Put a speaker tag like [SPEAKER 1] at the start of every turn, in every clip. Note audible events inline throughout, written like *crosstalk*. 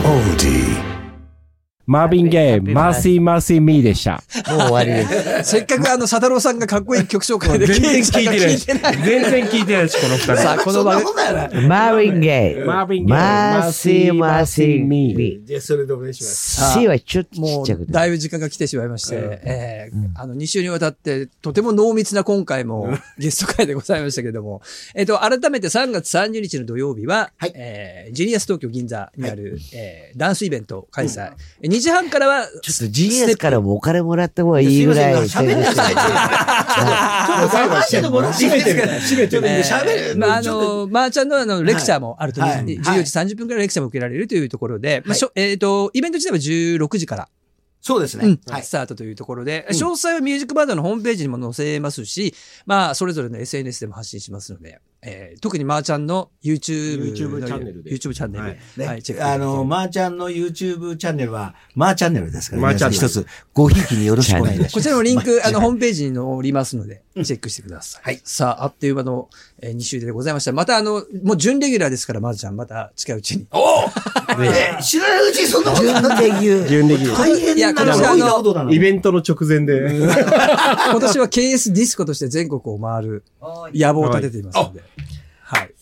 [SPEAKER 1] Reality.
[SPEAKER 2] マービン・ゲイ、マーシー・マーシー・ミーでした。
[SPEAKER 3] もう終わりです。
[SPEAKER 4] *laughs* せっかくあの、佐太郎さんがかっこいい曲紹介で、
[SPEAKER 5] 全然聞いてない
[SPEAKER 4] ケンさ
[SPEAKER 5] 全
[SPEAKER 4] んが聞いてない。
[SPEAKER 5] 然聞いてないです、この二人。
[SPEAKER 4] さあ、この番組、
[SPEAKER 3] マービン・ゲイ。
[SPEAKER 2] マービン・ゲイ、
[SPEAKER 3] マーシー・マーシー・ミー。
[SPEAKER 5] じゃあ、それでお願いします。
[SPEAKER 3] C はちょっとち
[SPEAKER 4] も
[SPEAKER 3] っちゃく
[SPEAKER 4] う、
[SPEAKER 3] て。
[SPEAKER 4] だいぶ時間が来てしまいまして、えーあの、2週にわたって、とても濃密な今回もゲスト会でございましたけれども、えっと、改めて3月30日の土曜日は、
[SPEAKER 5] はい
[SPEAKER 4] えージュニアス東京銀座にある、えーダンスイベント開催。え2時半からは、
[SPEAKER 3] ちょっとジニアスからもお金もらった方がいいぐらい。
[SPEAKER 5] すいません喋んなさいちょっともらっていいですか
[SPEAKER 4] えー
[SPEAKER 5] 喋る。
[SPEAKER 4] まあ、あの、マーチャンのあの、レクチャーもあると、
[SPEAKER 5] はい
[SPEAKER 4] 14時
[SPEAKER 5] はい
[SPEAKER 4] 30分くらいレクチャーも受けられるというところで、まあ、しょえっ、と、イベント自体は16時から、
[SPEAKER 5] そうです
[SPEAKER 4] うん
[SPEAKER 5] ね。はい
[SPEAKER 4] ス。タートというところで、詳細はミュージックバンドのホームページにも載せますし、まあ、それぞれの SNS でも発信しますので、えー特にマーチャンの YouTube
[SPEAKER 2] YouTube
[SPEAKER 4] の
[SPEAKER 2] チャンネルで
[SPEAKER 4] YouTube チャンネル。
[SPEAKER 5] は
[SPEAKER 4] はいい、
[SPEAKER 5] ね
[SPEAKER 4] チェッ、ク
[SPEAKER 5] あの、まーちゃんの YouTube チャンネルは、まーチャンネルですから、
[SPEAKER 2] まー
[SPEAKER 5] 皆さん
[SPEAKER 2] チャンネル
[SPEAKER 5] 一つ、ごひいきによろしくお願いいたします。
[SPEAKER 4] こちらのリンク、あの、
[SPEAKER 5] ま
[SPEAKER 4] ホームページに載りますので、チェックしてください。
[SPEAKER 5] はい
[SPEAKER 4] さあ、あっという間の、え2週でございました。また、あの、もう準レギュラーですから、まーちゃん、また近いうちに。
[SPEAKER 5] え知らないうちにそんなこと
[SPEAKER 3] 純レギュ。
[SPEAKER 2] 準レギュ
[SPEAKER 5] 大変
[SPEAKER 4] いや
[SPEAKER 5] な
[SPEAKER 4] こ
[SPEAKER 5] の
[SPEAKER 4] れはあの
[SPEAKER 5] ことなの
[SPEAKER 2] *laughs* イベントの直前で。
[SPEAKER 4] 今年は KS ディスコとして全国を回る野望を立てていますので。はい。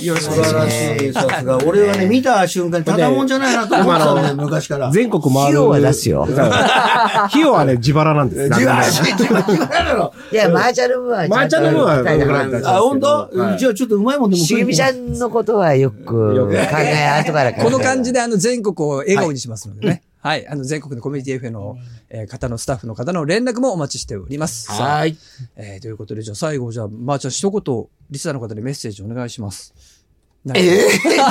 [SPEAKER 4] よろしくお
[SPEAKER 5] 素
[SPEAKER 4] 願いし
[SPEAKER 5] 晴
[SPEAKER 4] ま
[SPEAKER 5] ら
[SPEAKER 4] す。
[SPEAKER 5] しい、さすが。俺はね、見た瞬間に、ただもんじゃないなと思ってたんだよ、昔から。
[SPEAKER 2] 全国回る。
[SPEAKER 3] 費用は出すよ
[SPEAKER 2] だから。費用はね、自腹なんです。
[SPEAKER 5] 違う違う違うなの。
[SPEAKER 3] いや、マーチャンの分は。
[SPEAKER 2] マーチャンの分は
[SPEAKER 3] 二人で
[SPEAKER 2] 僕ら
[SPEAKER 3] 話
[SPEAKER 2] た
[SPEAKER 3] す
[SPEAKER 2] ち
[SPEAKER 5] あ、本当
[SPEAKER 2] はい
[SPEAKER 5] じゃあちょっとうまいもんでも
[SPEAKER 3] し
[SPEAKER 5] 食
[SPEAKER 3] げ
[SPEAKER 5] いに行
[SPEAKER 3] みち
[SPEAKER 5] こ
[SPEAKER 3] ゃ
[SPEAKER 5] うん
[SPEAKER 3] のことはよく考え、後から考え
[SPEAKER 4] この感じであの全国を笑顔にしますのでね。はい。あの全国のコミュニティ FM のえー方のスタッフの方の連絡もお待ちしております。さあ
[SPEAKER 5] はい。
[SPEAKER 4] えーということで、じゃあ最後、じゃあ、まーちゃん一言、リスナーの方にメッセージお願いします。何
[SPEAKER 5] ええ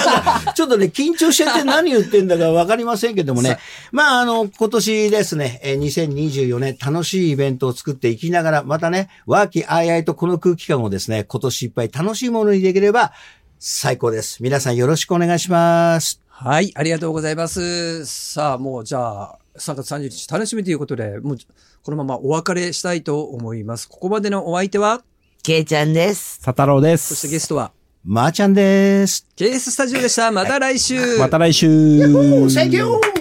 [SPEAKER 5] *laughs* ちょっとね、緊張しちゃって何言ってんだかわかりませんけどもね。まあ、あの、今年ですね、えー2024年楽しいイベントを作っていきながら、またね、和気あいあいとこの空気感をですね、今年いっぱい楽しいものにできれば最高です。皆さんよろしくお願いします。
[SPEAKER 4] はい。ありがとうございます。さあ、もうじゃあ、3月30日楽しみということで、もうこのままお別れしたいと思います。ここまでのお相手は、
[SPEAKER 3] ケイちゃんです。
[SPEAKER 2] 佐太郎で
[SPEAKER 4] そし
[SPEAKER 2] す
[SPEAKER 4] て。ゲストは、
[SPEAKER 5] まー、ちゃんです。
[SPEAKER 4] KS スタジオでした。また来週。
[SPEAKER 2] また来週。
[SPEAKER 5] Thank you!